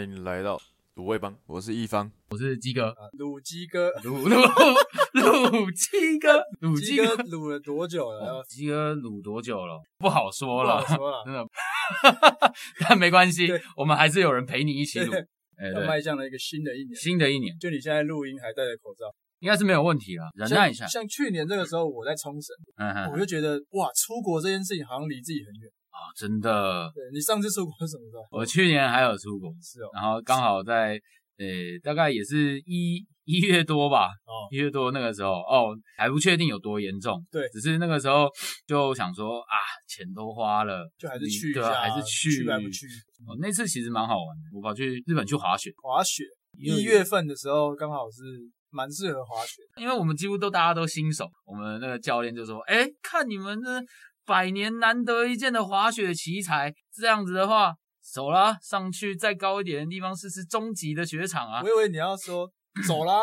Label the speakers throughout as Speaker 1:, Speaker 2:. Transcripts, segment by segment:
Speaker 1: 迎来到卤味帮，我是一方。
Speaker 2: 我是鸡哥，
Speaker 3: 卤鸡哥，
Speaker 2: 卤卤卤鸡哥，卤鸡
Speaker 3: 鸡
Speaker 2: 哥
Speaker 3: 哥，卤了多 久了？
Speaker 2: 鸡哥卤多久了？不好说
Speaker 3: 不
Speaker 2: 了
Speaker 3: 好，说啊了，
Speaker 2: 真的。但没关系
Speaker 3: 对，
Speaker 2: 我们还是有人陪你一起
Speaker 3: 对
Speaker 2: 卤。哎，
Speaker 3: 要
Speaker 2: 对，
Speaker 3: 迈向了一个新的一年。
Speaker 2: 新的一年
Speaker 3: 就你现在录音还戴着口罩，
Speaker 2: 应该是没有问题了，忍耐一下
Speaker 3: 像。像去年这个时候，我在冲绳，
Speaker 2: 嗯哼，
Speaker 3: 我就觉得哇，出国这件事情好像离自己很远。
Speaker 2: 哦真的，
Speaker 3: 对你上次出国是什么时候？
Speaker 2: 我去年还有出国，
Speaker 3: 是哦，
Speaker 2: 然后刚好在呃大概也是一一月多吧，
Speaker 3: 哦
Speaker 2: 一月多那个时候哦还不确定有多严重，
Speaker 3: 对
Speaker 2: 只是那个时候就想说啊钱都花了，
Speaker 3: 就还是
Speaker 2: 你
Speaker 3: 去一
Speaker 2: 对
Speaker 3: 下，
Speaker 2: 啊，还是去
Speaker 3: 还不去
Speaker 2: 哦，那次其实蛮好玩的，我跑去日本去滑雪，
Speaker 3: 滑雪。
Speaker 2: 因为
Speaker 3: 一月份的时候刚好是蛮适合滑雪的，
Speaker 2: 因为我们几乎都大家都新手，我们那个教练就说：“哎，看你们这百年难得一见的滑雪奇才，这样子的话，走啦，上去再高一点的地方试试终极的雪场啊
Speaker 3: 我以为你 要说走啦，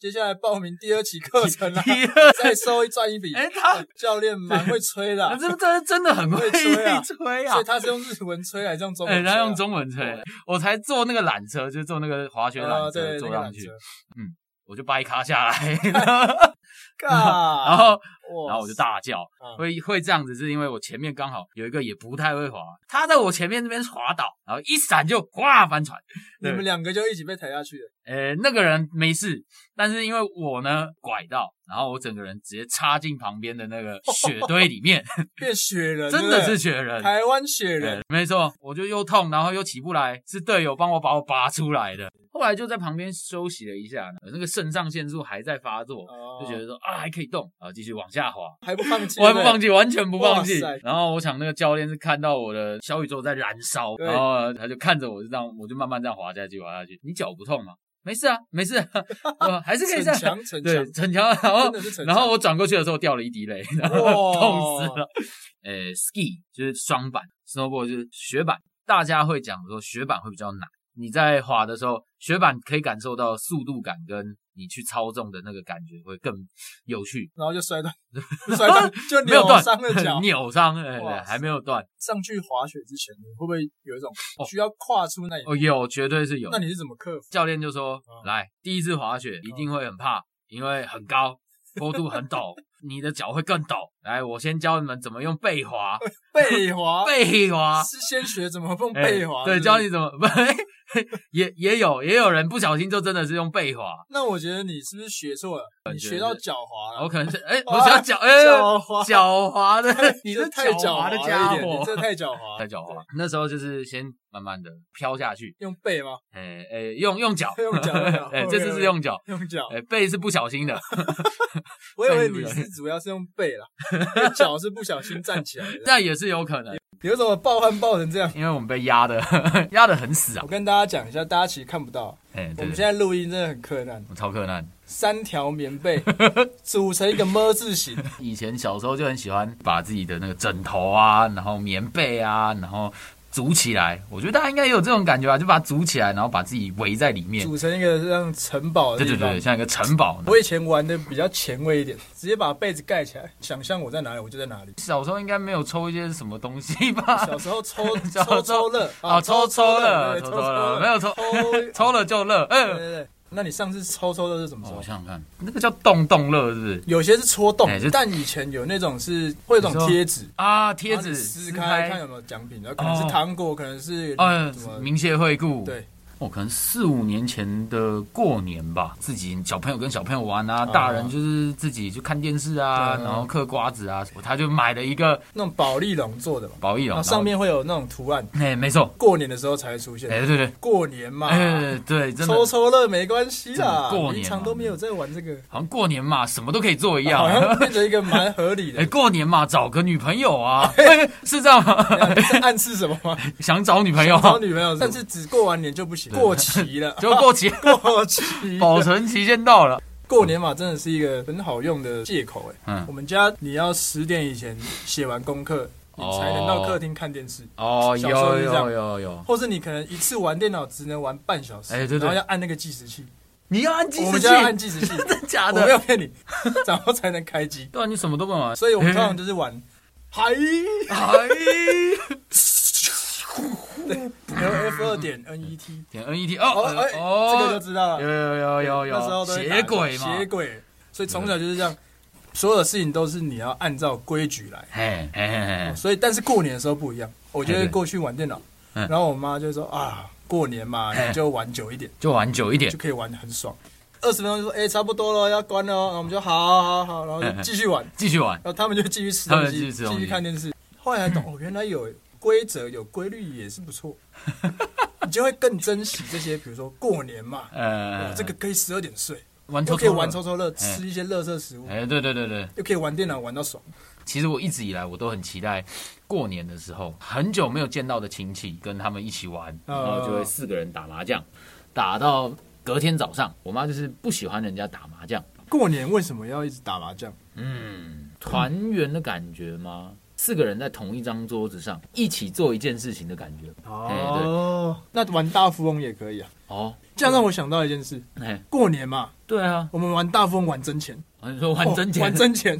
Speaker 3: 接下来报名第二期课程！”啦，
Speaker 2: 第二，
Speaker 3: 再收一赚一笔。
Speaker 2: 哎， 他
Speaker 3: 教练蛮会 吹的啊，
Speaker 2: 这这真的很会
Speaker 3: 会吹啊
Speaker 2: 吹啊
Speaker 3: 所以！他是用日文吹还是用中文
Speaker 2: 哎，
Speaker 3: 吹啊？
Speaker 2: 他用中文吹，我才坐那个缆车，就坐那个滑雪缆
Speaker 3: 呃
Speaker 2: 车
Speaker 3: 对
Speaker 2: 坐
Speaker 3: 那个
Speaker 2: 上
Speaker 3: 缆
Speaker 2: 去
Speaker 3: 车，
Speaker 2: 我就掰咖下来，
Speaker 3: 尬，
Speaker 2: 然后
Speaker 3: 哇
Speaker 2: 然后我就大叫，
Speaker 3: 嗯
Speaker 2: 会会这样子，是因为我前面刚好有一个也不太会滑，他在我前面那边滑倒，然后一闪就哗翻船。
Speaker 3: 你们
Speaker 2: 对
Speaker 3: 两个就一起被抬下去了，
Speaker 2: 呃，那个人没事，但是因为我呢拐到，然后我整个人直接插进旁边的那个雪堆里面，
Speaker 3: 变雪人，
Speaker 2: 真的
Speaker 3: 对
Speaker 2: 是
Speaker 3: 不
Speaker 2: 雪人
Speaker 3: 对。台湾雪
Speaker 2: 呃
Speaker 3: 人，
Speaker 2: 没错，我就又痛，然后又起不来，是队友帮我把我拔出来的。后来就在旁边休息了一下，那个肾上腺素还在发作，
Speaker 3: 哦
Speaker 2: 就觉得说啊还可以动，然后继续往下滑，
Speaker 3: 还不放弃，
Speaker 2: 我还不放
Speaker 3: 弃，
Speaker 2: 弃，完全不放弃
Speaker 3: 哇塞。
Speaker 2: 然后我想那个教练是看到我的小宇宙在燃烧，
Speaker 3: 对
Speaker 2: 然后他就看着我就这样，我就慢慢这样滑下去，滑下去。你脚不痛吗？没事啊，没事、啊， 我还是可以这
Speaker 3: 逞
Speaker 2: 样。
Speaker 3: 强，逞强
Speaker 2: 对，，逞强。然后
Speaker 3: 真的是逞强
Speaker 2: 然后我转过去的时候掉了一滴泪，然后
Speaker 3: 哇
Speaker 2: 痛死了。呃，ski 就是双板，snowboard 就是雪板，大家会讲说雪板会比较难。你在滑的时候，雪板可以感受到速度感，跟你去操纵的那个感觉会更有趣。
Speaker 3: 然后就 摔断，摔断 就
Speaker 2: 啊没有
Speaker 3: 扭
Speaker 2: 断
Speaker 3: 伤了脚。
Speaker 2: 扭伤，哎，
Speaker 3: 哇
Speaker 2: 对，还没有断。
Speaker 3: 上去滑雪之前，你会不会有一种需要跨出那一步
Speaker 2: 哦，？有，绝对是有
Speaker 3: 那。你是怎么克服？
Speaker 2: 教练就说
Speaker 3: 嗯：“
Speaker 2: 来，第一次滑雪一定会很怕，因为很高，坡度很陡，你的脚会更陡。来，我先教你们怎么用背 滑，
Speaker 3: 背滑，
Speaker 2: 背滑，
Speaker 3: 是先学怎么碰
Speaker 2: 哎
Speaker 3: 背滑，
Speaker 2: 对，
Speaker 3: 是不是
Speaker 2: 教你怎么不，也也有也有人不小心就真的是用背滑。
Speaker 3: 那我觉得你是不是学错了？你学到脚滑了
Speaker 2: 我，可能是哎，
Speaker 3: 哇
Speaker 2: 我想脚哎，
Speaker 3: 脚滑
Speaker 2: 脚滑的，你
Speaker 3: 你
Speaker 2: 是
Speaker 3: 这太
Speaker 2: 脚滑
Speaker 3: 了
Speaker 2: 的
Speaker 3: 一
Speaker 2: 家
Speaker 3: 点
Speaker 2: 伙
Speaker 3: 你，这太狡猾
Speaker 2: 太
Speaker 3: 了，
Speaker 2: 脚滑。那时候就是先慢慢的飘下去，
Speaker 3: 用背吗？
Speaker 2: 哎哎，用用脚，
Speaker 3: 用脚用脚
Speaker 2: 哎，这次是用脚。”
Speaker 3: 用脚？
Speaker 2: 哎、背是不小心的，
Speaker 3: 我以为你是主要是用背啦，因为脚是不小心站起来 的。
Speaker 2: 那也是有可能，
Speaker 3: 你为什么抱汗抱成这样？
Speaker 2: 因为我们被压的压的很死啊
Speaker 3: 我。跟大家讲一下，大家其实看不到，
Speaker 2: 哎、
Speaker 3: 我
Speaker 2: 对
Speaker 3: 们
Speaker 2: 对
Speaker 3: 现在录音真的很困难。
Speaker 2: 我超困难。
Speaker 3: 三条棉 被组成一个么字形，
Speaker 2: 以前小时候就很喜欢把自己的那个枕头啊，然后棉被啊，然后组起来。我觉得大家应该也有这种感觉吧，就把它组起来，然后把自己围在里面。
Speaker 3: 组成一个像城堡的
Speaker 2: 对
Speaker 3: 地
Speaker 2: 对
Speaker 3: 方
Speaker 2: 对，。像一个城堡。
Speaker 3: 我以前玩的比较前卫一点，直接把被子盖起来，想象我在哪里我就在 哪里。
Speaker 2: 小时候应该没有抽一些什么东西吧？
Speaker 3: 小时 候抽
Speaker 2: 小时候
Speaker 3: 抽抽乐
Speaker 2: 啊，抽抽了，
Speaker 3: 对
Speaker 2: 抽
Speaker 3: 抽
Speaker 2: 抽了，没有抽，
Speaker 3: 抽
Speaker 2: 抽了就乐。
Speaker 3: 对
Speaker 2: 嗯、
Speaker 3: 对对，那你上次抽抽乐是什么时
Speaker 2: 哦，
Speaker 3: 候
Speaker 2: 我？想想看，那个叫洞洞乐是不是？
Speaker 3: 有些是戳洞
Speaker 2: 哎就，
Speaker 3: 但以前有那种是会有种贴纸，
Speaker 2: 啊，贴
Speaker 3: 然后你
Speaker 2: 纸
Speaker 3: 撕开看有没有奖品，然后可能
Speaker 2: 哦
Speaker 3: 是糖果，可能是
Speaker 2: 呃
Speaker 3: 什，么。
Speaker 2: 明谢惠顾。
Speaker 3: 对，
Speaker 2: 哦，可能四五年前的过年吧，自己小朋友跟小朋友玩啊，大人就是自己去看电视啊，
Speaker 3: 对
Speaker 2: 然后嗑瓜子啊，他就买了一个
Speaker 3: 那种宝丽龙做的嘛，
Speaker 2: 保益龙，
Speaker 3: 然后啊上面会有那种图案，
Speaker 2: 然后，哎，没错，
Speaker 3: 过年的时候才会出现。
Speaker 2: 哎，对对，
Speaker 3: 过年嘛，
Speaker 2: 哎，对，真的，
Speaker 3: 啊抽抽乐没关系啦，
Speaker 2: 真的过年嘛
Speaker 3: 平常都没有在玩这个，
Speaker 2: 好像过年嘛，什么都可以做一样
Speaker 3: 好像
Speaker 2: 啊。
Speaker 3: 变成一个蛮合理
Speaker 2: 哎，
Speaker 3: 的。
Speaker 2: 过年嘛，找个女朋友 啊， 哎是这样吗？
Speaker 3: 你在 暗示什么吗？
Speaker 2: 想找女朋友，
Speaker 3: 找 女朋友，但是只过完年就不行，过期了，
Speaker 2: 就过期，
Speaker 3: 过期了。
Speaker 2: 保存期限到了。
Speaker 3: 过年嘛，真的是一个很好用的借口哎、
Speaker 2: 嗯
Speaker 3: 我们家你要十点以前写完功课，你
Speaker 2: 哦
Speaker 3: 才能到客厅看电视，
Speaker 2: 哦，
Speaker 3: 小时候
Speaker 2: 有
Speaker 3: 是这样
Speaker 2: 有有有，
Speaker 3: 或是你可能一次玩电脑只能玩半小时，
Speaker 2: 哎对对
Speaker 3: 然后要按那个计时器。
Speaker 2: 你要按计
Speaker 3: 我
Speaker 2: 时
Speaker 3: 们
Speaker 2: 器，
Speaker 3: 家要按计时 器，
Speaker 2: 真的假
Speaker 3: 我没有
Speaker 2: 的？
Speaker 3: 骗你，然后才能开机。
Speaker 2: 对啊，你什么都不 能玩，
Speaker 3: 所以我们通 常哎就是玩，嗨，
Speaker 2: 哎，
Speaker 3: L F 二点 N E T，
Speaker 2: 点 NET
Speaker 3: 哦
Speaker 2: 哦
Speaker 3: 哎，
Speaker 2: 哦，
Speaker 3: 这个就知道
Speaker 2: 有
Speaker 3: 了，
Speaker 2: 有有有
Speaker 3: 那时
Speaker 2: 有
Speaker 3: 候都会
Speaker 2: 鞋轨嘛
Speaker 3: 打，斜轨，所以从小就是这样，所有的事情都是你要按照规矩来。
Speaker 2: 嘿嘿嘿嘿，
Speaker 3: 哦所以，但是过年的时候不一样，我就
Speaker 2: 哎
Speaker 3: 会
Speaker 2: 对
Speaker 3: 过去玩电脑，
Speaker 2: 嗯
Speaker 3: 然后我妈就说啊，过年嘛，
Speaker 2: 哎
Speaker 3: 你就玩久一点，
Speaker 2: 就玩久一点
Speaker 3: 就，可以玩的很爽。二十分钟就说，哎，差不多了，要关了哦，然后我们就好好好，然后就继续玩，
Speaker 2: 继续玩
Speaker 3: 然，后他们就继续吃
Speaker 2: 哎他
Speaker 3: 东
Speaker 2: 们继
Speaker 3: 西，
Speaker 2: 续吃东西
Speaker 3: 继续看电视。后来 才懂，哦，原来有规则、有规律也是不错，你就会更珍惜这些，比如说过年嘛，
Speaker 2: 呃
Speaker 3: 哦，这个可以十二点睡，
Speaker 2: 玩
Speaker 3: 又
Speaker 2: 抽
Speaker 3: 可以
Speaker 2: 抽
Speaker 3: 玩
Speaker 2: 乐
Speaker 3: 抽抽乐，吃一些乐色食物，
Speaker 2: 哎，对对对对，
Speaker 3: 又可以玩电脑玩到爽。
Speaker 2: 其实我一直以来我都很期待过年的时候，很久没有见到的亲戚跟他们一起玩，然
Speaker 3: 哦
Speaker 2: 后就会四个人打麻将，打到隔天早上。我妈就是不喜欢人家打麻将，
Speaker 3: 过年为什么要一直打麻将？
Speaker 2: 嗯，团圆的感觉吗？四个人在同一张桌子上一起做一件事情的感觉。
Speaker 3: 哦，那玩大富翁也可以啊。
Speaker 2: 哦，
Speaker 3: 这样让我想到一件事，
Speaker 2: 哎，
Speaker 3: 过年嘛，
Speaker 2: 对啊，
Speaker 3: 我们玩大富翁玩真钱，
Speaker 2: 哦你说玩真钱，
Speaker 3: 哦玩 真钱，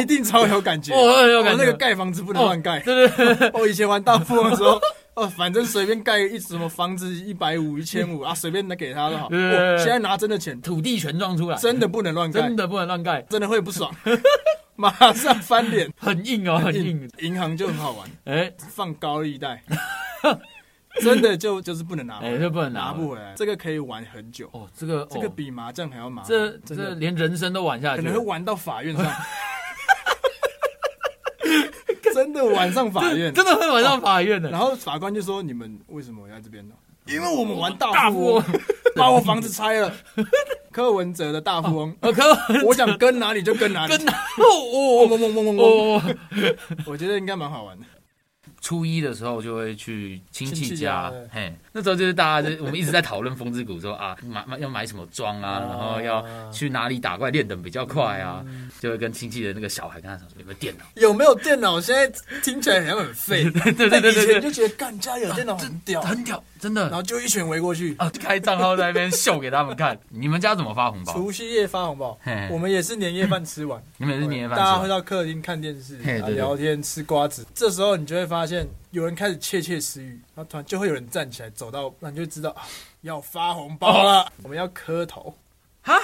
Speaker 3: 一定超有感觉。
Speaker 2: 哦有感觉哦
Speaker 3: 哦那个盖房子不能乱盖。哦
Speaker 2: 对对对，
Speaker 3: 我以前玩大富翁的时候， 哦，反正随便盖一什么房子一百五、一千五啊，随便拿给他就好。
Speaker 2: 对对对
Speaker 3: 哦现在拿真的钱，
Speaker 2: 土地权状出来，
Speaker 3: 真的不能乱盖
Speaker 2: 真，的不能乱盖，
Speaker 3: 真的会不爽， 马上翻脸。
Speaker 2: 很硬 哦，很硬。
Speaker 3: 银行就很好玩，
Speaker 2: 哎
Speaker 3: 放高利贷， 真的就就是不能拿回来，
Speaker 2: 哎，这不能
Speaker 3: 拿
Speaker 2: 拿
Speaker 3: 不回来。这个可以玩很久，
Speaker 2: 哦，这个
Speaker 3: 这个
Speaker 2: 哦
Speaker 3: 比麻将还要麻烦。
Speaker 2: 这
Speaker 3: 真
Speaker 2: 这
Speaker 3: 的
Speaker 2: 连人生都玩下
Speaker 3: 可
Speaker 2: 去，
Speaker 3: 能会玩到法院 上，真的玩上法院。
Speaker 2: 真的会玩上法院的。
Speaker 3: 然
Speaker 2: 后
Speaker 3: 后法官就说：“你们为什么我在这边呢？ 因为我们玩大
Speaker 2: 大
Speaker 3: 富翁
Speaker 2: 富，
Speaker 3: 把我房子拆 了。柯文哲的大富翁，
Speaker 2: 我靠，
Speaker 3: 我想跟哪里就跟哪里。
Speaker 2: 跟他哦
Speaker 3: 嗡嗡嗡嗡嗡嗡，
Speaker 2: 哦，
Speaker 3: 我觉得应该蛮好玩的。
Speaker 2: 初一的时候就会去亲戚
Speaker 3: 亲戚家
Speaker 2: 家，嘿，那时候就是大家就我们一直在讨论风之谷说啊，买买要买什么装啊，
Speaker 3: 啊
Speaker 2: 然后要去哪里打怪练等比较快啊，就会跟亲戚的那个小孩跟他讲说有没有电脑，
Speaker 3: 有没有电脑？现在听起来好像很废。
Speaker 2: 对对对对
Speaker 3: 但以前
Speaker 2: 对
Speaker 3: 就觉得干家有电脑很屌，
Speaker 2: 很屌，真
Speaker 3: 然
Speaker 2: 的
Speaker 3: 后就一拳围过去。
Speaker 2: 啊，就开账号在那边秀给他们看。 你们家怎么发红包？
Speaker 3: 除夕夜发红包
Speaker 2: 嘿，
Speaker 3: 我们也是年夜饭吃完。”
Speaker 2: 你们也是年夜饭
Speaker 3: 大家会
Speaker 2: 吃
Speaker 3: 到客厅看电视、
Speaker 2: 嘿
Speaker 3: 啊、
Speaker 2: 对对
Speaker 3: 聊天、吃瓜子。这时候你就会发现，有人开始窃窃私语，然后突然就会有人站起来走到，那你就知道啊，要发红包了。我们要磕头，
Speaker 2: 哈，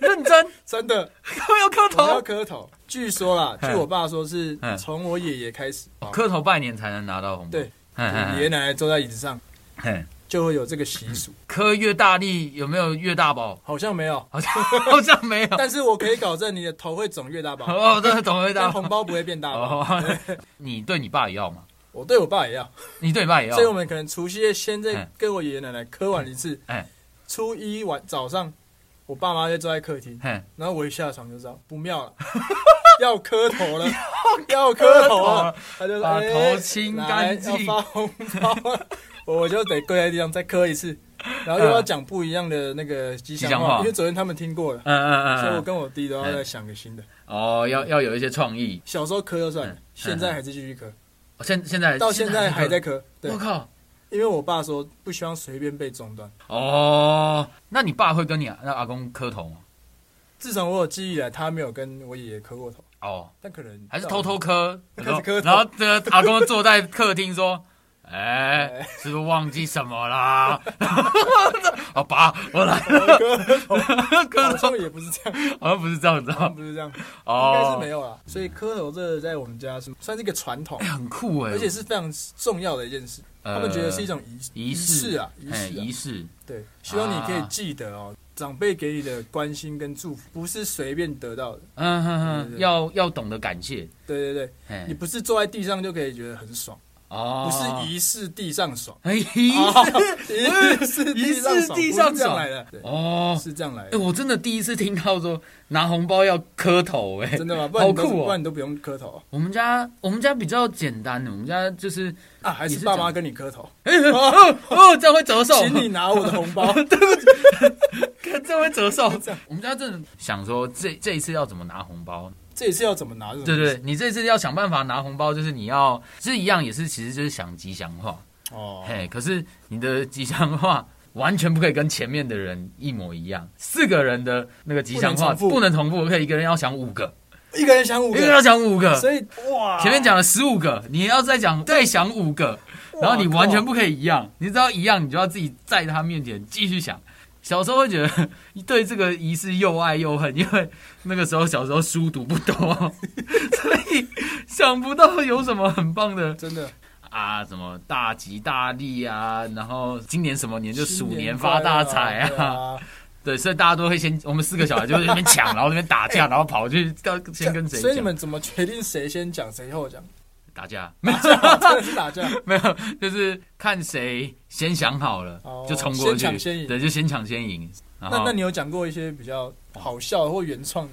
Speaker 2: 认 真，
Speaker 3: 真的，
Speaker 2: 他们要磕
Speaker 3: 我们要
Speaker 2: 头，
Speaker 3: 磕头。据说啦，
Speaker 2: 嘿
Speaker 3: 据我爸说是
Speaker 2: 嗯
Speaker 3: 从我爷爷开始，啊
Speaker 2: 磕头拜年才能拿到红包。
Speaker 3: 对，
Speaker 2: 嘿
Speaker 3: 爷
Speaker 2: 嘿
Speaker 3: 爷奶奶坐在椅子上
Speaker 2: 嘿嘿
Speaker 3: 就会有这个习俗，
Speaker 2: 磕越大力有没有越大包？
Speaker 3: 好像没有，
Speaker 2: 好像 好像没有。
Speaker 3: 但是我可以保证你的头会肿越 大包，
Speaker 2: 哦，对，懂了，
Speaker 3: 但
Speaker 2: 大
Speaker 3: 红
Speaker 2: 包。
Speaker 3: 包不会变大包。
Speaker 2: 哦， 你对你爸也要吗？
Speaker 3: 我对我爸也要，
Speaker 2: 你对你爸也要
Speaker 3: 所以？我们可能除夕夜先在
Speaker 2: 嗯
Speaker 3: 跟我爷爷奶奶磕完一次，
Speaker 2: 哎
Speaker 3: 初一晚早上，我爸妈就坐在客厅，
Speaker 2: 嘿，
Speaker 3: 然后我一下床就知道不 妙了，要磕头了，要磕头了，他就说
Speaker 2: 啊把
Speaker 3: 哎
Speaker 2: 头清干净
Speaker 3: 来要发红 包了，我就得跪在地上再磕一次，然后又要讲不一样的那个
Speaker 2: 吉
Speaker 3: 吉祥
Speaker 2: 祥话
Speaker 3: 因为昨天他们听过了。
Speaker 2: 嗯嗯
Speaker 3: 所以我
Speaker 2: 嗯嗯。
Speaker 3: 跟我弟都要再想个新的。
Speaker 2: 哦，要要有一些创意。
Speaker 3: 小时候磕就算了
Speaker 2: 嗯，
Speaker 3: 现在还是继续磕，
Speaker 2: 哦现现在
Speaker 3: 到现在还在。磕。对
Speaker 2: 我，靠！
Speaker 3: 因为我爸说不希望随便被中断。
Speaker 2: 哦，那你爸会跟你那阿公磕头吗？
Speaker 3: 自从我有记忆以来，他没有跟我爷爷磕过头，
Speaker 2: 哦，
Speaker 3: 但可能
Speaker 2: 还是偷偷磕，
Speaker 3: 啊开始磕头
Speaker 2: 然后这个阿公坐在客厅说：“哎，是不是忘记什么 啦？” 好吧，我来了，磕
Speaker 3: 好
Speaker 2: 头
Speaker 3: 像也不是这样，
Speaker 2: 好像不是这样子
Speaker 3: 好
Speaker 2: 啊
Speaker 3: 像。不是这样，应
Speaker 2: 哦，
Speaker 3: 该是没有啦。所以磕头这个在我们家是算是一个传统
Speaker 2: 哎、，很酷哎、
Speaker 3: 而且是非常重要的一件事。
Speaker 2: 呃
Speaker 3: 他们觉得是一种仪
Speaker 2: 仪
Speaker 3: 式啊，仪
Speaker 2: 哎
Speaker 3: 式啊
Speaker 2: 仪，式，啊
Speaker 3: 对，希望你可以记得哦，长辈给你的关心跟祝福不是随便得到的。
Speaker 2: 嗯哼
Speaker 3: 对对
Speaker 2: 哼，
Speaker 3: 对
Speaker 2: 要要懂得感谢，
Speaker 3: 对对对，
Speaker 2: 哎
Speaker 3: 你不是坐在地上就可以觉得很爽，
Speaker 2: 哦，
Speaker 3: 不是仪式地上爽，
Speaker 2: 哎仪
Speaker 3: 啊
Speaker 2: 式
Speaker 3: 仪式地上爽，
Speaker 2: 仪式地
Speaker 3: 不
Speaker 2: 上爽
Speaker 3: 是这样来的，对，
Speaker 2: 哦，
Speaker 3: 是这样来
Speaker 2: 哎、
Speaker 3: 的。
Speaker 2: 我真的第一次听到说拿红包要磕头、哎，
Speaker 3: 真的吗？不然
Speaker 2: 好
Speaker 3: 你都
Speaker 2: 酷
Speaker 3: 不然
Speaker 2: 哦！
Speaker 3: 你都不用磕头
Speaker 2: 我们家我们家比较简单，我们家就是
Speaker 3: 啊，还
Speaker 2: 你
Speaker 3: 是
Speaker 2: 是
Speaker 3: 爸
Speaker 2: 长
Speaker 3: 妈跟你磕头，
Speaker 2: 哎、哦哦，这样会折寿，
Speaker 3: 请你拿我的红包。
Speaker 2: 看 这样会折寿
Speaker 3: 这样。嗯
Speaker 2: 我们家真的想说这这一次要怎么拿红包，
Speaker 3: 这也是要怎么拿？这种
Speaker 2: 对对，你这次要想办法拿红包，就是你要是一样，也是其实就是想吉祥话，
Speaker 3: 哦，
Speaker 2: 嘿，可是你的吉祥话完全不可以跟前面的人一模一样，四个人的那个吉祥话
Speaker 3: 不
Speaker 2: 不
Speaker 3: 能
Speaker 2: 能重复，可以一个人要想五个，
Speaker 3: 一个人想五
Speaker 2: 一个人要
Speaker 3: 个，
Speaker 2: 想五个，
Speaker 3: 所以哇，
Speaker 2: 前面讲了十五个，你要再讲再想五个，然后你完全不可以一样，你只要一样，你就要自己在他面前继续想。小时候会觉得对这个仪式又爱又恨，因为那个时候小时候书读不多， 所以想不到有什么很棒的
Speaker 3: 真的
Speaker 2: 啊，什么大吉大利啊，然后今年什么年就鼠
Speaker 3: 新
Speaker 2: 年
Speaker 3: 年
Speaker 2: 发大
Speaker 3: 快
Speaker 2: 财
Speaker 3: 乐
Speaker 2: 啊，
Speaker 3: 啊！
Speaker 2: 对，所以大家都会先，我们四个小孩就在那边抢，然后那边打架，然后跑去要先跟谁
Speaker 3: 所以你
Speaker 2: 讲
Speaker 3: 们怎么决定谁先讲谁 后讲？
Speaker 2: 打架，
Speaker 3: 真的是打架，
Speaker 2: 没有，就是看谁先想好了、
Speaker 3: 哦
Speaker 2: 就冲过去，
Speaker 3: 先抢先赢
Speaker 2: 对，就先抢先赢。然
Speaker 3: 那
Speaker 2: 后
Speaker 3: 那你有讲过一些比较好笑或原创的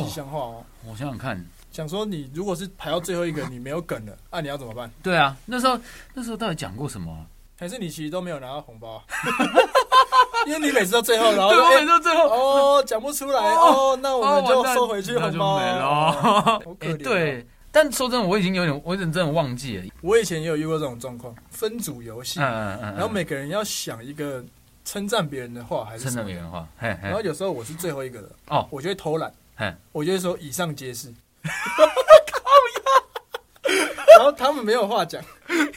Speaker 2: 哦
Speaker 3: 吉祥话吗？
Speaker 2: 我想想看，
Speaker 3: 讲说你如果是排到最后一个，你没有梗了，啊，你要怎么办？
Speaker 2: 对啊，那时候那时候到底讲过什么啊、
Speaker 3: 还是你其实都没有拿到红包啊？ 因为你每次到最后，然后
Speaker 2: 对，
Speaker 3: 就
Speaker 2: 我
Speaker 3: 哎
Speaker 2: 每次都最后。
Speaker 3: 哦，讲不出来哦，那我们
Speaker 2: 哦
Speaker 3: 就
Speaker 2: 完蛋
Speaker 3: 收回去
Speaker 2: 那
Speaker 3: 红
Speaker 2: 就
Speaker 3: 包
Speaker 2: 没了
Speaker 3: 哦。好
Speaker 2: 哎
Speaker 3: 可怜哦
Speaker 2: 对，但说真的，我已经有点，我有点真的忘记了。
Speaker 3: 我以前也有遇过这种状况，分组游戏，
Speaker 2: 嗯嗯嗯。
Speaker 3: 然后每个人要想一个称赞别人的话还是
Speaker 2: 真
Speaker 3: 什
Speaker 2: 的
Speaker 3: 么
Speaker 2: 没
Speaker 3: 的，
Speaker 2: 人话，嘿嘿
Speaker 3: 然后。有时候我是最后一个的，
Speaker 2: 哦
Speaker 3: 我就会偷懒
Speaker 2: 嘿，
Speaker 3: 我就会说以上皆是， 然后他们没有话讲，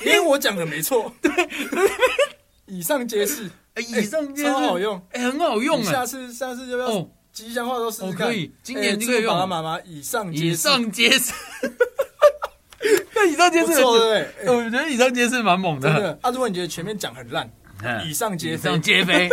Speaker 3: 因为我讲的没错， 以上皆是，
Speaker 2: 哎，以上皆是
Speaker 3: 超好，用，啊
Speaker 2: 哎，很好用
Speaker 3: 你
Speaker 2: 哎
Speaker 3: 下。次下次要不要
Speaker 2: 哦，
Speaker 3: 吉祥话都试
Speaker 2: 哦
Speaker 3: 试看？
Speaker 2: 可以今年
Speaker 3: 哎
Speaker 2: 就可以
Speaker 3: 祝爸爸
Speaker 2: 用
Speaker 3: 妈妈以上皆
Speaker 2: 以
Speaker 3: 是，
Speaker 2: 上皆是。 那以上皆
Speaker 3: 不
Speaker 2: 是，
Speaker 3: 错对不
Speaker 2: 哎
Speaker 3: 对？哎
Speaker 2: 我觉得以上皆是蛮猛
Speaker 3: 真
Speaker 2: 的。
Speaker 3: 的啊，如果你觉得前面讲很烂，
Speaker 2: 嗯
Speaker 3: 以上皆
Speaker 2: 以
Speaker 3: 非
Speaker 2: 上皆 非，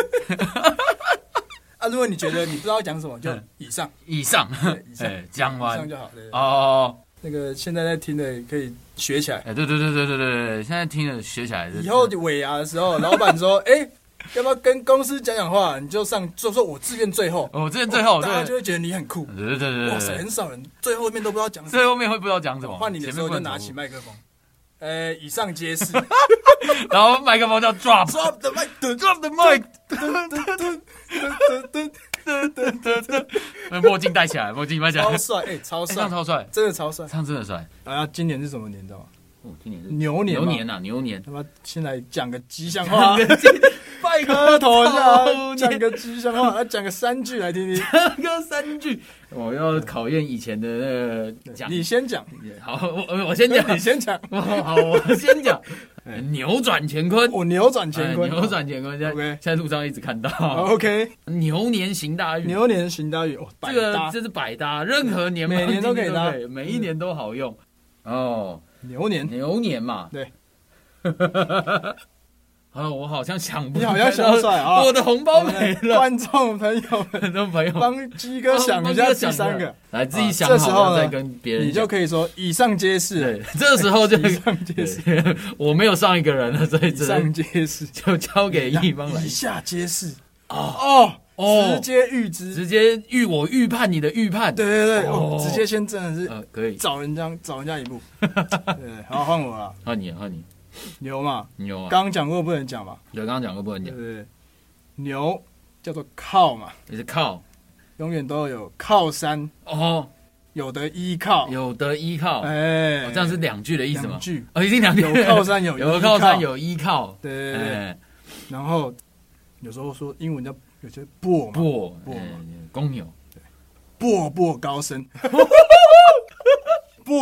Speaker 3: 啊，如果你觉得你不知道讲什么，就
Speaker 2: 嗯
Speaker 3: 以上
Speaker 2: 以上
Speaker 3: 对以，上
Speaker 2: 哎，讲
Speaker 3: 以
Speaker 2: 完
Speaker 3: 上就好。对对对
Speaker 2: 哦，
Speaker 3: 那个现在在听的也可以学起来。
Speaker 2: 哎，对对对对对对对，现在听了学起来是，
Speaker 3: 以后尾牙的时候，老板说：“ 哎、要不要跟公司讲讲话？”你就上，就说我自愿最后，
Speaker 2: 我这哦边最后
Speaker 3: 大家就
Speaker 2: 对
Speaker 3: 会觉得你很酷。
Speaker 2: 对对对
Speaker 3: 哇
Speaker 2: 对
Speaker 3: 塞，
Speaker 2: 对
Speaker 3: 很，少人最后面都不知道讲什
Speaker 2: 最后面会不知道讲什
Speaker 3: 么。
Speaker 2: 么，
Speaker 3: 换你的
Speaker 2: 前
Speaker 3: 时
Speaker 2: 面
Speaker 3: 候
Speaker 2: 不
Speaker 3: 就
Speaker 2: 能
Speaker 3: 拿
Speaker 2: 走
Speaker 3: 起
Speaker 2: 路，
Speaker 3: 麦克风，呃、以上皆 是。
Speaker 2: 然后麦克风叫 drop
Speaker 3: Drop the mic，噔
Speaker 2: drop the mic，
Speaker 3: 噔噔噔噔噔
Speaker 2: 呃墨镜戴起来，墨镜戴起
Speaker 3: 噔，
Speaker 2: 来
Speaker 3: 超，帅，哎、超
Speaker 2: 哎
Speaker 3: 帅
Speaker 2: 唱，超帅，
Speaker 3: 真的超帅。
Speaker 2: 唱真的帅，
Speaker 3: 然后今年是什么年，你知道吗？
Speaker 2: 哦，今年是
Speaker 3: 牛年
Speaker 2: 牛
Speaker 3: 嘛
Speaker 2: 年。呐，啊牛年，
Speaker 3: 他妈，先来讲个吉祥话，
Speaker 2: 拜
Speaker 3: 磕头一下，
Speaker 2: 牛
Speaker 3: 讲
Speaker 2: 年
Speaker 3: 个吉祥话，啊 讲个三句来听听。
Speaker 2: 哥三句，我要考验以前的那个讲，
Speaker 3: 你先讲，
Speaker 2: 好，我我我先 讲，
Speaker 3: 你先讲。
Speaker 2: 我好，我先讲，扭转乾坤。
Speaker 3: 我扭转乾坤，
Speaker 2: 哎扭转乾坤，现在
Speaker 3: OK
Speaker 2: 现在路上一直看
Speaker 3: 好
Speaker 2: 到
Speaker 3: OK，
Speaker 2: 牛年行大运，
Speaker 3: 牛年行大运，哦，百
Speaker 2: 这
Speaker 3: 搭
Speaker 2: 个这是百搭，任何年
Speaker 3: 每年都可以搭嗯
Speaker 2: 对每一年都好用。哦，
Speaker 3: 牛年，
Speaker 2: 牛年嘛，
Speaker 3: 对。
Speaker 2: 啊，我好像想不，
Speaker 3: 你好像想不出来 啊
Speaker 2: 我的红包没了，
Speaker 3: 观众朋友 们，
Speaker 2: 很多朋友
Speaker 3: 帮鸡哥想一下第三个，，
Speaker 2: 来自己想
Speaker 3: 啊这时候
Speaker 2: 好
Speaker 3: 呢
Speaker 2: 了再跟别人
Speaker 3: 你就
Speaker 2: 讲。
Speaker 3: 可以说以上皆是，
Speaker 2: 对，这时 候就
Speaker 3: 以上皆是，
Speaker 2: 对我没有上一个人了，所以
Speaker 3: 以
Speaker 2: 只
Speaker 3: 上
Speaker 2: 能
Speaker 3: 皆是，
Speaker 2: 就交 给一方来讲
Speaker 3: 以下皆是，哦
Speaker 2: 哦
Speaker 3: 直接预知，
Speaker 2: 直接预我预判你的预判。
Speaker 3: 对，对对，哦
Speaker 2: 哦
Speaker 3: 直接先真的是
Speaker 2: 呃，可 以，
Speaker 3: 找人家找人家一步，对，好换我 了，
Speaker 2: 换你，换你，
Speaker 3: 牛嘛，
Speaker 2: 牛啊！
Speaker 3: 刚刚讲过不能讲嘛，
Speaker 2: 对，刚刚讲过不能
Speaker 3: 对
Speaker 2: 讲
Speaker 3: 不，对？牛叫做靠嘛，
Speaker 2: 也是靠
Speaker 3: 永远都有靠山，
Speaker 2: 哦，
Speaker 3: 有的依靠，
Speaker 2: 有的依靠，哦
Speaker 3: 哎，
Speaker 2: 这样是两句的意思吗
Speaker 3: 两？句，
Speaker 2: 哦，已经两句了，
Speaker 3: 有靠山有
Speaker 2: 有
Speaker 3: 依
Speaker 2: 靠山
Speaker 3: 靠
Speaker 2: 有依靠，
Speaker 3: 对对对对，
Speaker 2: 哎，
Speaker 3: 然后有时候说英文叫有些步嘛，
Speaker 2: 不
Speaker 3: 不
Speaker 2: 哎公 牛，
Speaker 3: 步步 高升，步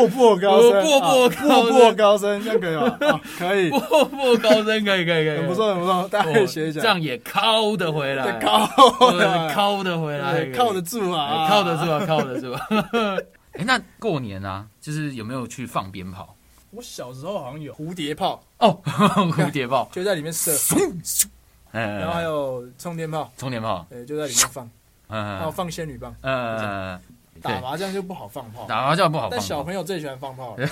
Speaker 3: 步高升，
Speaker 2: 步步哦高
Speaker 3: 啊
Speaker 2: 升
Speaker 3: 步步高升，这样可以吗？啊可以
Speaker 2: 步，步高升，可以可以可以，
Speaker 3: 很不错，很不错，大家可以学一下，
Speaker 2: 哦这样也靠得回来，
Speaker 3: 对高啊
Speaker 2: 对靠得回来，
Speaker 3: 对靠得住啊，
Speaker 2: 哎靠得住。啊，靠得 住啊。哎，那过年啊，就是有没有去放鞭炮？
Speaker 3: 我小时候好像有蝴蝶炮，
Speaker 2: 哦， 蝴蝶 炮，
Speaker 3: 就在里面射， 然
Speaker 2: 然
Speaker 3: 后还有充电炮，
Speaker 2: 哎充电炮，
Speaker 3: 呃，就在里面放，还有
Speaker 2: 嗯
Speaker 3: 放仙女棒，
Speaker 2: 嗯，
Speaker 3: 哦打
Speaker 2: 对，
Speaker 3: 麻将就不好放炮。
Speaker 2: 打麻将不好
Speaker 3: 但小
Speaker 2: 放炮，
Speaker 3: 朋友最喜欢放炮了，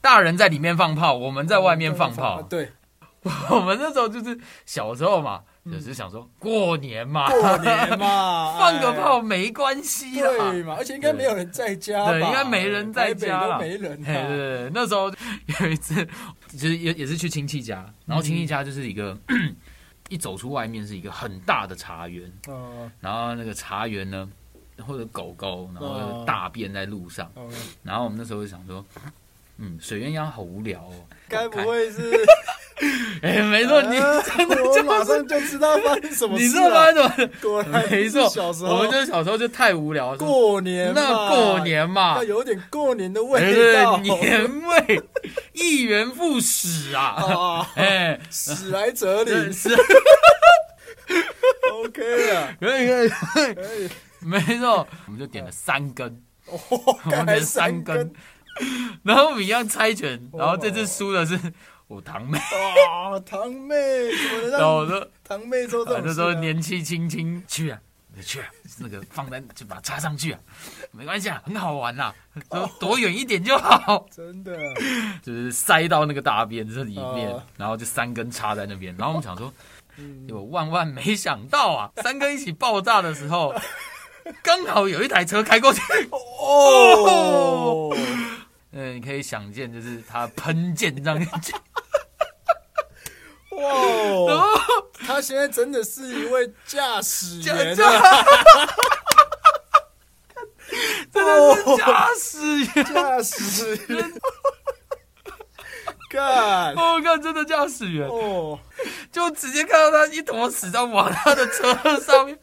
Speaker 2: 大人在里面放炮，我们在外面放炮。
Speaker 3: 对，
Speaker 2: 我们那时候就是小时候嘛，就是想说过年嘛，
Speaker 3: 嗯过年嘛，
Speaker 2: 放个
Speaker 3: 哎
Speaker 2: 炮没关系啊啦。
Speaker 3: 对嘛？而且应该没有人在家吧，
Speaker 2: 对，应该没人在家
Speaker 3: 台
Speaker 2: 啦
Speaker 3: 北都没人
Speaker 2: 嘿对
Speaker 3: 啊。
Speaker 2: 对对，那时候有一次，就是也也是去亲戚家，然后亲戚家就是一个、 一走出外面是一个很大的茶园，
Speaker 3: 嗯，
Speaker 2: 然后那个茶园呢，或者狗狗，然后大便在路上，
Speaker 3: 哦
Speaker 2: 然后我们那时候就想说，嗯，水鸳鸯好无聊哦，
Speaker 3: 该不会是
Speaker 2: 哎，没错，你真的
Speaker 3: 我
Speaker 2: 就
Speaker 3: 马上就知道发生什么事、啊。
Speaker 2: 你知道发生什 么？
Speaker 3: 果然
Speaker 2: 没错
Speaker 3: 是小时，候
Speaker 2: 我们就小时候就太无聊了。
Speaker 3: 过年嘛，
Speaker 2: 那过年嘛
Speaker 3: 要，有点过年的
Speaker 2: 对
Speaker 3: 味道。
Speaker 2: 对，年味，一元复始啊！
Speaker 3: 啊，
Speaker 2: 哎，
Speaker 3: 史来哲理
Speaker 2: 真是
Speaker 3: ，OK 啊，
Speaker 2: 可以可以可以，
Speaker 3: 可以。
Speaker 2: 没错，我们就点了三 根，
Speaker 3: 哦，
Speaker 2: 我们点
Speaker 3: 才
Speaker 2: 了三根， 然后我们一样猜拳，
Speaker 3: 哦
Speaker 2: 然后这次输的是我堂妹，
Speaker 3: 哇，啊堂妹怎么能
Speaker 2: 然后我
Speaker 3: 让
Speaker 2: 说。
Speaker 3: 堂妹做这
Speaker 2: 啊，
Speaker 3: 种事、
Speaker 2: 那
Speaker 3: 啊？
Speaker 2: 时候年纪轻轻，去啊，你去啊，那个放单就把它插上去啊，没关系啊，很好玩呐、啊，
Speaker 3: 哦
Speaker 2: 躲躲远一点就好，
Speaker 3: 真的
Speaker 2: 就是塞到那个大便这里面，
Speaker 3: 哦
Speaker 2: 然后就三根插在那边，然后我们想说，
Speaker 3: 嗯
Speaker 2: 我万万没想到啊，三根一起爆炸的时候， 刚好有一台车开 过去，
Speaker 3: 哦，
Speaker 2: 嗯，你可以想见，就是它喷溅上 去，
Speaker 3: 哦
Speaker 2: 然
Speaker 3: 哇，哦
Speaker 2: 后
Speaker 3: 他现在真的是一位驾驶
Speaker 2: 驾
Speaker 3: 员
Speaker 2: 驾
Speaker 3: 啊，
Speaker 2: 真的是驾驶员。
Speaker 3: 驾驶员，干
Speaker 2: 我靠，哦真的驾驶员！
Speaker 3: 哦，
Speaker 2: 就直接看到他一坨屎在往他的车上面，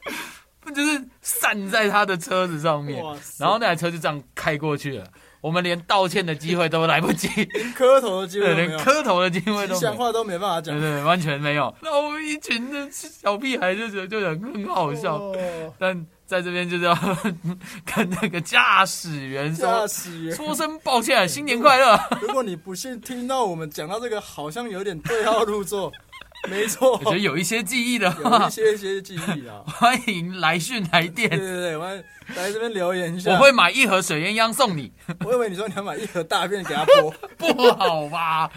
Speaker 2: 不就是散在他的车子上面
Speaker 3: 哇，塞
Speaker 2: 然后那台车就这样开过去了。我们连道歉的机会都来不及，
Speaker 3: 磕头的机会
Speaker 2: 对，
Speaker 3: 都没
Speaker 2: 连
Speaker 3: 有，
Speaker 2: 磕头的机会
Speaker 3: 吉
Speaker 2: 都
Speaker 3: 祥
Speaker 2: 没有，
Speaker 3: 话都没办法讲
Speaker 2: 对，对，完全没有。那我们一群的小屁孩就觉得就很很好笑，
Speaker 3: 哦
Speaker 2: 但在这边就是要 跟那个驾驶员
Speaker 3: 驾
Speaker 2: 说
Speaker 3: 驶员。哦
Speaker 2: 说声抱歉，新年快乐。
Speaker 3: 如果你不信听到我们讲到这个，好像有点对号入座， 没错
Speaker 2: 我，觉得有一些记忆的
Speaker 3: 有一
Speaker 2: 话，
Speaker 3: 些一些记 忆啊。
Speaker 2: 欢迎来讯来
Speaker 3: 对
Speaker 2: 电，
Speaker 3: 对对，我们来这边留言一下。
Speaker 2: 我会买一盒水鸳鸯送你。
Speaker 3: 我以为你说你要买一盒大便给他泼。
Speaker 2: 不好吧？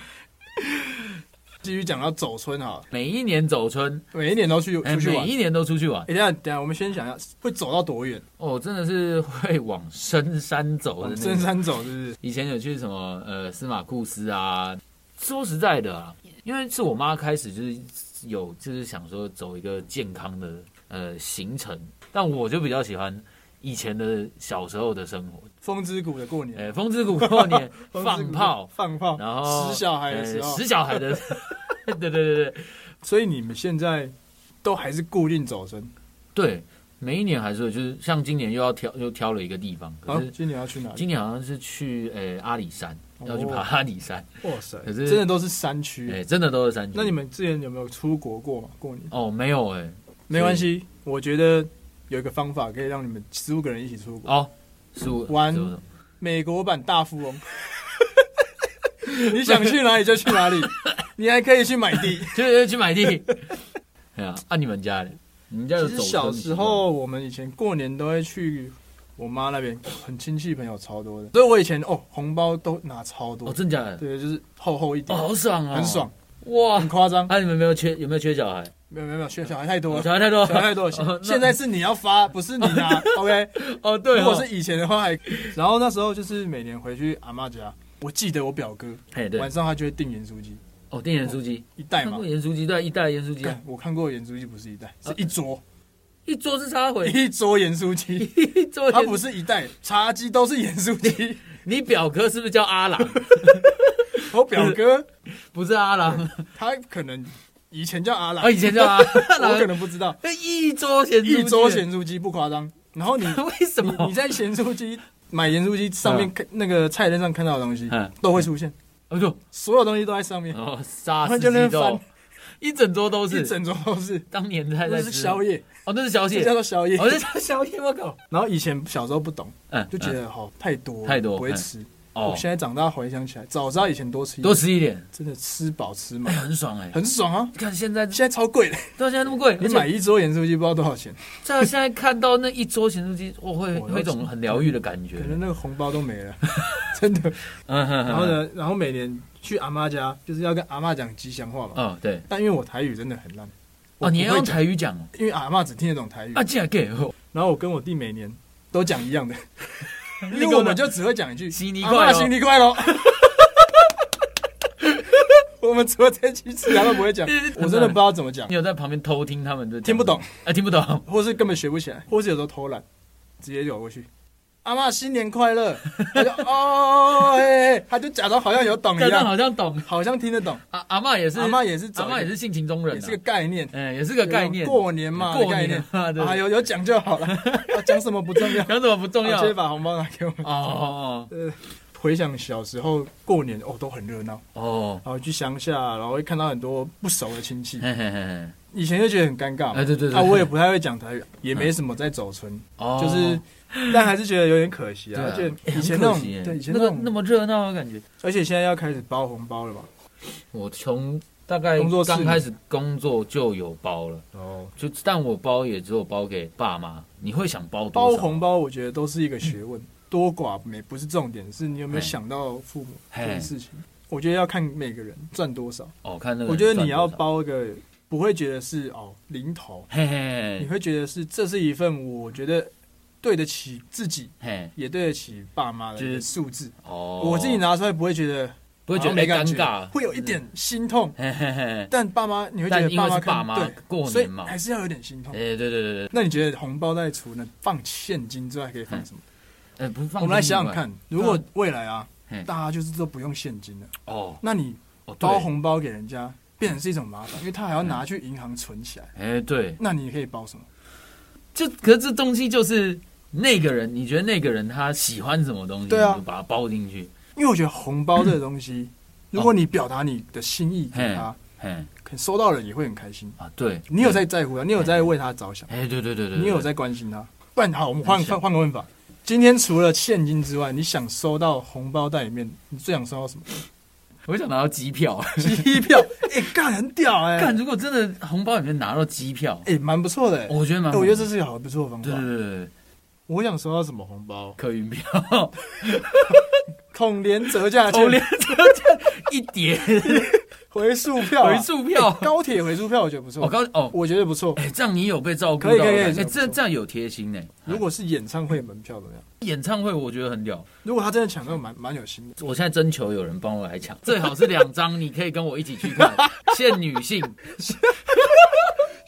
Speaker 3: 继续讲到走村啊，
Speaker 2: 每一年走春，
Speaker 3: 每一年都去
Speaker 2: 哎、
Speaker 3: 出去
Speaker 2: 每
Speaker 3: 玩。
Speaker 2: 一年都出去玩
Speaker 3: 哎、。等一下等一下，我们先想一下会走到多远？
Speaker 2: 哦，真的是会往深山走的
Speaker 3: 往
Speaker 2: 那
Speaker 3: 深
Speaker 2: 种。
Speaker 3: 山走，是不是？
Speaker 2: 以前有去什么呃司马库斯啊。说实在的啊，因为是我妈开始就是有就是想说走一个健康的呃行程，但我就比较喜欢以前的小时候的生活。
Speaker 3: 风之谷的过年，
Speaker 2: 呃，风之谷过年
Speaker 3: 风之谷
Speaker 2: 放炮，
Speaker 3: 放炮，
Speaker 2: 然后
Speaker 3: 死小孩的时候
Speaker 2: 呃、。死小孩的， 对对对对。
Speaker 3: 所以你们现在都还是固定走村。
Speaker 2: 对，每一年还是会，就是像今年又要挑又挑了一个地方，可
Speaker 3: 然后
Speaker 2: 是
Speaker 3: 啊今年要去哪里？
Speaker 2: 今年好像是去诶、呃阿里山，
Speaker 3: 哦
Speaker 2: 要去爬阿里山，
Speaker 3: 哇塞，
Speaker 2: 可是哎
Speaker 3: 真的都是山区。
Speaker 2: 诶、真的都是山区。
Speaker 3: 那你们之前有没有出国过嘛？过年
Speaker 2: 哦没有诶、
Speaker 3: 没关系，我觉得有一个方法可以让你们十五个人一起出国，
Speaker 2: 哦十五
Speaker 3: 玩
Speaker 2: 15种
Speaker 3: 美国版大富翁。 你想去哪里就 去哪里，你还可以去买地。
Speaker 2: 就是去 买地。对啊，按你们家的，你们家有
Speaker 3: 其
Speaker 2: 走
Speaker 3: 实小时候，我们以前过年都会去我妈那边，很亲戚朋友超多的，所以我以前哦红包都拿超
Speaker 2: 村的习惯吗嗯
Speaker 3: 多
Speaker 2: 哦，真假的
Speaker 3: 对，就是厚厚一
Speaker 2: 哦
Speaker 3: 点，
Speaker 2: 好爽哦，
Speaker 3: 很爽，
Speaker 2: 哇
Speaker 3: 很！夸张。
Speaker 2: 啊，你们没有缺有没有缺小孩？
Speaker 3: 没有没有没有，小小孩太多
Speaker 2: 小
Speaker 3: 了，
Speaker 2: 孩太多，
Speaker 3: 哦小孩太多
Speaker 2: 哦
Speaker 3: 了。
Speaker 2: 那
Speaker 3: 现在是你要发，不是你 拿，OK？
Speaker 2: 哦对
Speaker 3: 如
Speaker 2: 哦，
Speaker 3: 果是以前的话，还然后那时候就是每年回去阿妈家，我记得我表哥
Speaker 2: 哎对
Speaker 3: 晚上他哎就会订盐酥鸡
Speaker 2: 哦电盐酥鸡，
Speaker 3: 一袋
Speaker 2: 看
Speaker 3: 嘛
Speaker 2: 过。呃盐酥鸡对啊一袋盐酥鸡啊，
Speaker 3: 干我看过盐酥鸡不是一袋，是一桌
Speaker 2: 一桌是插 回，
Speaker 3: 一桌盐酥鸡，
Speaker 2: 一桌
Speaker 3: 它
Speaker 2: 盐
Speaker 3: 不是一袋，茶几都是盐酥鸡。
Speaker 2: 你表哥是不是叫阿 郎？
Speaker 3: 我表哥
Speaker 2: 不是阿 郎，
Speaker 3: 他可能以前叫阿
Speaker 2: 我
Speaker 3: 兰，
Speaker 2: 哦以前叫 阿
Speaker 3: 我可
Speaker 2: 郎。
Speaker 3: 能不知道，
Speaker 2: 一桌咸酥鸡
Speaker 3: 一桌咸，酥鸡不夸张。然后 你
Speaker 2: 为 什
Speaker 3: 你
Speaker 2: 么？
Speaker 3: 你在咸酥鸡买盐酥鸡上面
Speaker 2: 嗯
Speaker 3: 看那个菜单上看到的东西
Speaker 2: 嗯
Speaker 3: 都会出现，
Speaker 2: 哦就
Speaker 3: 所有东西都在上面，
Speaker 2: 哦沙
Speaker 3: 他
Speaker 2: 司
Speaker 3: 们就在
Speaker 2: 鸡
Speaker 3: 那
Speaker 2: 肉
Speaker 3: 翻，
Speaker 2: 一整桌都
Speaker 3: 一
Speaker 2: 是。
Speaker 3: 整桌都是。
Speaker 2: 当年在
Speaker 3: 那
Speaker 2: 在
Speaker 3: 是
Speaker 2: 吃
Speaker 3: 宵夜，
Speaker 2: 哦，那是小
Speaker 3: 这
Speaker 2: 野，
Speaker 3: 叫做宵夜。
Speaker 2: 哦，那叫小野，我靠！
Speaker 3: 然后以前小时候不懂，
Speaker 2: 嗯，
Speaker 3: 就觉
Speaker 2: 嗯
Speaker 3: 得好太多
Speaker 2: 太多
Speaker 3: 不会
Speaker 2: 嗯
Speaker 3: 吃。我
Speaker 2: 哦，
Speaker 3: 现在长大回想起来，早知道以前多吃一
Speaker 2: 多
Speaker 3: 点，
Speaker 2: 吃一点，
Speaker 3: 真的吃饱吃
Speaker 2: 哎
Speaker 3: 满，
Speaker 2: 很爽哎。
Speaker 3: 很爽啊！
Speaker 2: 看现在啊
Speaker 3: 现在超贵的，
Speaker 2: 到现在那么贵，
Speaker 3: 你
Speaker 2: 而且
Speaker 3: 买一桌盐酥鸡不知道多少钱，
Speaker 2: 在现在看到那一桌咸酥鸡，我会
Speaker 3: 我都
Speaker 2: 会有一种很疗愈的感觉
Speaker 3: 可。能那个红包都没 了，真的。
Speaker 2: 嗯哼
Speaker 3: 然后？呢，然后每年去阿妈家，就是要跟阿妈讲吉祥话嘛。
Speaker 2: 哦，对，
Speaker 3: 但因为我台语真的很烂，我
Speaker 2: 哦，你
Speaker 3: 不
Speaker 2: 要
Speaker 3: 会
Speaker 2: 用
Speaker 3: 讲
Speaker 2: 台语讲哦。
Speaker 3: 因为阿妈只听得懂台语
Speaker 2: 啊，。竟然给我
Speaker 3: 然后我跟我弟每年都讲一样 的，因
Speaker 2: 跟
Speaker 3: 为
Speaker 2: 我
Speaker 3: 我们就只会讲一句“
Speaker 2: 新年
Speaker 3: 阿
Speaker 2: 快乐
Speaker 3: 嬷新年快乐”。 我们除了这几次，然后不 会讲，我真的不知道怎么讲
Speaker 2: 你，有在旁边偷听他们的？
Speaker 3: 听不懂，
Speaker 2: 啊，听不懂。
Speaker 3: 或是根本学不起来，或是有时候偷懒，直接走过去。阿妈新年快乐， 他就哦，嘿嘿，他就假装好像有懂一
Speaker 2: 刚刚
Speaker 3: 样，
Speaker 2: 好像懂，
Speaker 3: 好像听得懂。
Speaker 2: 阿阿嬷也是，
Speaker 3: 阿妈也是走
Speaker 2: 阿
Speaker 3: 一个，
Speaker 2: 嬷也是性情中人、
Speaker 3: 也
Speaker 2: 啊，
Speaker 3: 是个概念，
Speaker 2: 哎、也是个概念。
Speaker 3: 过年嘛，
Speaker 2: 过
Speaker 3: 概
Speaker 2: 年
Speaker 3: 念
Speaker 2: 啊，对。
Speaker 3: 啊，有有讲就好了，啊讲什么不重要，
Speaker 2: 讲什 么不重要？
Speaker 3: 啊直接
Speaker 2: 哦
Speaker 3: 把红包拿给我们。
Speaker 2: 哦
Speaker 3: 呃，回想小时候过年哦，都很热闹，
Speaker 2: 哦哦，
Speaker 3: 然后去乡下，然后会看到很多不熟的亲戚，
Speaker 2: 嘿嘿嘿嘿，
Speaker 3: 以前就觉得很尴尬嘛。
Speaker 2: 哎对对对嗯
Speaker 3: 啊，我也不太会讲台语，也没什么在走村，
Speaker 2: 哦，
Speaker 3: 就是，但还是觉得有点可惜啊。
Speaker 2: 对
Speaker 3: 就
Speaker 2: 啊，
Speaker 3: 以前那
Speaker 2: 很可惜耶
Speaker 3: 种，对以前
Speaker 2: 那
Speaker 3: 那
Speaker 2: 个那
Speaker 3: 种，
Speaker 2: 么热闹的感觉，
Speaker 3: 而且现在要开始包红包了吧？
Speaker 2: 我从大概
Speaker 3: 工作四
Speaker 2: 刚
Speaker 3: 年
Speaker 2: 开始工作就有包了，
Speaker 3: 哦，
Speaker 2: 就但我包也只有包给爸妈。你会想啊包多
Speaker 3: 包
Speaker 2: 少
Speaker 3: 红？包我觉得都是一个学问，多寡没不是重点，是你有没有
Speaker 2: 嘿
Speaker 3: 想到父母这
Speaker 2: 嘿
Speaker 3: 件事情。我觉得要看每个人赚多少，
Speaker 2: 哦，看那个人
Speaker 3: 我觉得
Speaker 2: 赚
Speaker 3: 你要
Speaker 2: 多少，
Speaker 3: 包一个不会觉得是哦零头，
Speaker 2: 嘿嘿
Speaker 3: 你
Speaker 2: 嘿
Speaker 3: 会觉得是这是一份我觉得对得起自己，
Speaker 2: 嘿，
Speaker 3: 也对得起爸妈的
Speaker 2: 就是
Speaker 3: 一个数字。
Speaker 2: 哦，
Speaker 3: 我自己拿出来不会觉得，
Speaker 2: 不会觉得
Speaker 3: 好像没
Speaker 2: 哎
Speaker 3: 感
Speaker 2: 尴
Speaker 3: 觉
Speaker 2: 尬，
Speaker 3: 会有一点心痛。
Speaker 2: 嘿嘿嘿，
Speaker 3: 但爸妈你会觉
Speaker 2: 但
Speaker 3: 得
Speaker 2: 因为是爸
Speaker 3: 爸
Speaker 2: 妈
Speaker 3: 妈可能对
Speaker 2: 过
Speaker 3: 所以
Speaker 2: 年嘛
Speaker 3: 还是要有点心痛
Speaker 2: 哎，。对对对对，
Speaker 3: 那你觉得红包袋除了放现金之外，可以放什么？
Speaker 2: 哎，不是放
Speaker 3: 我们来
Speaker 2: 心
Speaker 3: 想
Speaker 2: 里
Speaker 3: 想
Speaker 2: 吧，
Speaker 3: 看，如果未来啊
Speaker 2: 嘿，
Speaker 3: 大家就是都不用现金了，
Speaker 2: 哦
Speaker 3: 那你
Speaker 2: 哦，嗯对
Speaker 3: 包，红包给人家，变成是一种麻烦，因为他还要拿去银行存起来。
Speaker 2: 哎，对，
Speaker 3: 那你可以包什么？
Speaker 2: 就可是这东西就是那个人，你觉得那个人他喜欢什么东西，
Speaker 3: 对啊
Speaker 2: 你就把它包进去。
Speaker 3: 因为我觉得红包这个东西，如果你表达你的心意给他，
Speaker 2: 嗯嘿
Speaker 3: 可能收到人也会很开心。
Speaker 2: 啊，对，
Speaker 3: 你有在在乎他，你有在为他着想，
Speaker 2: 哎，对对对对，对
Speaker 3: 你有在关心他。不然好，我们换
Speaker 2: 很想
Speaker 3: 换换个问法。今天除了现金之外，你想收到红包袋里面，你最想收 到什么？
Speaker 2: 我想拿到机 票，
Speaker 3: 机票？哎，干很屌哎，
Speaker 2: 看如果真的红包里面拿到机票，
Speaker 3: 哎，蛮不错的哎。
Speaker 2: 我觉得蛮好
Speaker 3: 哎
Speaker 2: 的，
Speaker 3: 我觉得这是个好不错的方
Speaker 2: 对对
Speaker 3: 法。
Speaker 2: 对对对，
Speaker 3: 我想收到什么红包？
Speaker 2: 客运 票，
Speaker 3: 孔联 折价
Speaker 2: 头
Speaker 3: 券
Speaker 2: 连、着一叠
Speaker 3: 回数票啊、
Speaker 2: 回数票，
Speaker 3: 高铁回数票，我觉得不错。
Speaker 2: 我告哦，
Speaker 3: 我觉得不错。
Speaker 2: 哎，这样你有被照顾
Speaker 3: 可以
Speaker 2: 到的
Speaker 3: 可以
Speaker 2: 感
Speaker 3: 可
Speaker 2: 觉，
Speaker 3: 以
Speaker 2: 哎，这这样有贴心呢。
Speaker 3: 如果是演唱会门票怎么样？
Speaker 2: 演唱会我觉得很屌，
Speaker 3: 如果他真的抢到，蛮蛮有心的。
Speaker 2: 我现在征求有人帮我来抢，最好是两张，你可以跟我一起去 看，限女性，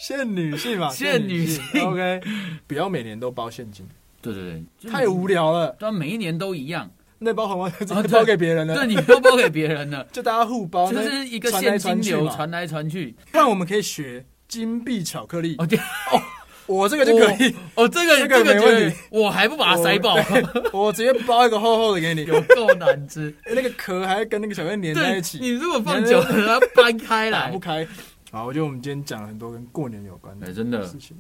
Speaker 3: 限女性嘛，
Speaker 2: 限女性
Speaker 3: 限 OK，不要每年都包现金，
Speaker 2: 对对对，就是
Speaker 3: 太无聊了。
Speaker 2: 对啊，每一年都一样，
Speaker 3: 那包红包直
Speaker 2: 哦
Speaker 3: 接
Speaker 2: 对
Speaker 3: 包给别人了，，
Speaker 2: 对你都包给别人了
Speaker 3: 就大家互包，
Speaker 2: 就
Speaker 3: 那
Speaker 2: 是一个
Speaker 3: 传
Speaker 2: 现
Speaker 3: 来
Speaker 2: 金
Speaker 3: 传去
Speaker 2: 流
Speaker 3: 嘛。
Speaker 2: 传来传去。
Speaker 3: 不然我们可以学金币巧克力
Speaker 2: 哦，，对，
Speaker 3: 我这个就可以，
Speaker 2: 哦，这个
Speaker 3: 这个
Speaker 2: 这个
Speaker 3: 没
Speaker 2: 绝
Speaker 3: 问
Speaker 2: 对
Speaker 3: 题，
Speaker 2: 我还不把它塞爆，
Speaker 3: 我直接包一个厚厚的给你，
Speaker 2: 哦 有够难吃。
Speaker 3: 哎那个壳还跟那个巧克力粘在
Speaker 2: 对
Speaker 3: 一，起
Speaker 2: 你，如果放久了，它掰开
Speaker 3: 打
Speaker 2: 来
Speaker 3: 不，开。好，我觉得我们今天讲了很多跟过年有关
Speaker 2: 哎，
Speaker 3: 的
Speaker 2: 真的
Speaker 3: 事，情，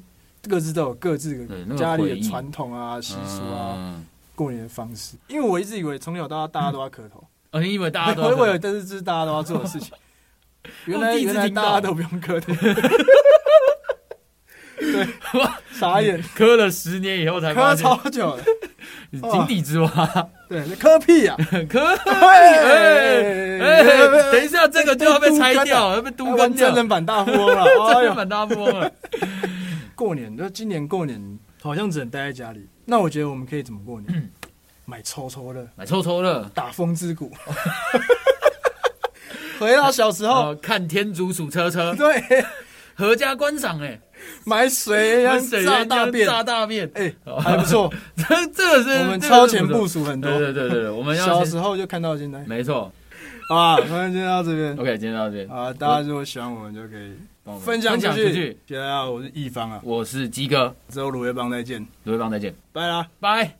Speaker 3: 各自都有各自的
Speaker 2: 对那个
Speaker 3: 家里
Speaker 2: 回忆
Speaker 3: 的传统啊、习俗啊。
Speaker 2: 嗯，
Speaker 3: 过年的方式，因为我一直以为从小到大大家都要磕头，
Speaker 2: 哦，你以为大家都
Speaker 3: 我以为这是这是大家都要做的事情，原来
Speaker 2: 我第一次
Speaker 3: 原来
Speaker 2: 听到
Speaker 3: 大家都不用磕头，对，傻眼，
Speaker 2: 磕了十年以后才
Speaker 3: 磕
Speaker 2: 发现
Speaker 3: 超久了，
Speaker 2: 井底之蛙，
Speaker 3: 对，磕屁呀，
Speaker 2: 磕。
Speaker 3: 哎
Speaker 2: 哎，等一下，这个就要被拆掉，要被都
Speaker 3: 玩
Speaker 2: 跟掉
Speaker 3: 真，人版大富翁了，
Speaker 2: 真
Speaker 3: 哎
Speaker 2: 的
Speaker 3: 呦，
Speaker 2: 满大富翁了。
Speaker 3: 过年就今年过年好像只能待在家里，那我觉得我们可以怎么过年？买抽抽乐，
Speaker 2: 买抽抽乐，
Speaker 3: 打风之谷，回到小时
Speaker 2: 然
Speaker 3: 候，
Speaker 2: 后看天竺鼠车车，
Speaker 3: 对。
Speaker 2: 合家观赏哎，
Speaker 3: 买
Speaker 2: 跟
Speaker 3: 水要
Speaker 2: 水
Speaker 3: 炸
Speaker 2: 源
Speaker 3: 大便，
Speaker 2: 炸大便，
Speaker 3: 哎、还不错，
Speaker 2: 这 这个是
Speaker 3: 我们超前
Speaker 2: 部
Speaker 3: 部署很多
Speaker 2: 对。对对对，对我们要
Speaker 3: 小
Speaker 2: 先
Speaker 3: 时候就看到啊现在，
Speaker 2: 没错。
Speaker 3: 好吧，反正就到这边
Speaker 2: OK，今天到这边，
Speaker 3: 啊。大家如果喜欢我们，就可以
Speaker 2: 帮我们
Speaker 3: 分享
Speaker 2: 分
Speaker 3: 出
Speaker 2: 享出去
Speaker 3: 去。。大家好，我是易方啊，
Speaker 2: 我是鸡哥，
Speaker 3: 之后卤味帮再见，
Speaker 2: 卢伟邦再见，
Speaker 3: 拜啦。
Speaker 2: 拜。